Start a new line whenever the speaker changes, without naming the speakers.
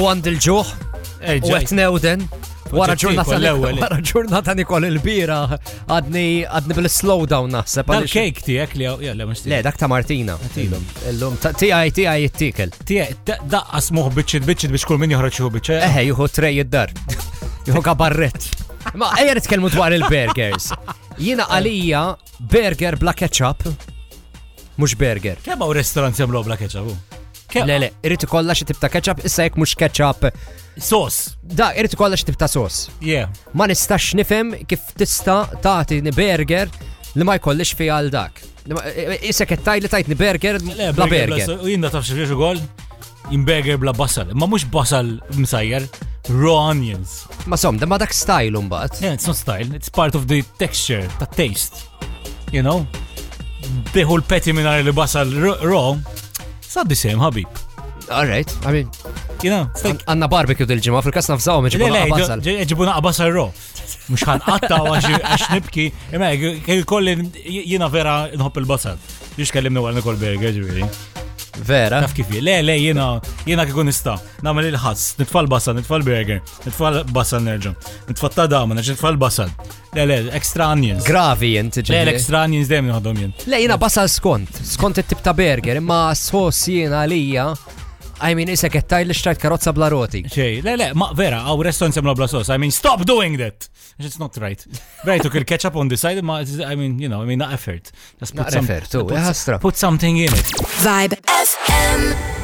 u għand il-ġuħ u
Ejġa.
għet newden. Wara
Proġettik
ġurnata
għall-ewwel.
wara ġurnata nikol il-bira għadni għadni bil-slowdown naħseb. għaliex-
Dal-cake tijek li għaw, jalla, mux
Le,
tijek.
dak ta' Martina.
Għatilhom.
Illum ta' tiegħi tiegħi jittikel.
Tijek, da- daqqas muħu biċċit biċċit biex kull min joħroċ juhu biċċa.
Eħe, juhu trej id-dar. Juhu kabarret. Ma ejja nitkellmu dwar il-burgers. Jina għalija burger bla ketchup. Mux burger.
Kemm għaw restorant jamlu bla keċabu?
Le, le, irrit ikolla xi tip ta' ketchup, issa jekk mhux ketchup.
Sos.
Da, irrit ikolla xi tip ta' sos.
Yeah.
Ma nistax nifhem kif tista' tagħtini burger li ma jkollix fiha għal dak. Li ma- Issa qed tajli tajtni burger
Le,
bla burger.
so- U jinda tafx xiex ukoll Imberger bla basal. Ma mhux basal msajjar. Raw onions.
Ma som, da ma dak stajlu mbagħad.
Yeah, it's not style. It's part of the texture, ta' taste. You know? Deħu l-peti minar li basal r- raw. It's not the same, ħabib.
All right, I mean,
You know, it's like
għanna barbecue dil-ġimgħa fil-kas nafżaw meġibna qabasal.
ġibuna qabasal ro. Mux ħan qatta għax nibki. Imma, kħi kolli jina vera nħobb il-basal. Jux kellimni għal Nicole Berger, ġiviri.
Vera.
Taf kif hi. le, le, jina, jina kikun nista. Namel il-ħass, nitfall basal, nitfall burger, nitfall basal nerġa, nitfall ta' dama, nerġa nitfall basal. Le, le, extra onions.
Gravi jent
Le, le,
ġieli.
extra onions dem nħadhom jien.
Le jina basal skont, skont it-tip ta' burger, imma sos jiena għalija. I mean, isa kettaj li xtajt karozza bla roti.
Xej, le, le, ma vera, għaw reston semla bla sos. I mean, stop doing that! It's not right. Right, okay, ketchup on the side, ma, I mean, you know, I mean, not effort. e Just
Not
some-
effort, oh,
put,
ħasra.
put something in it.
Vibe FM.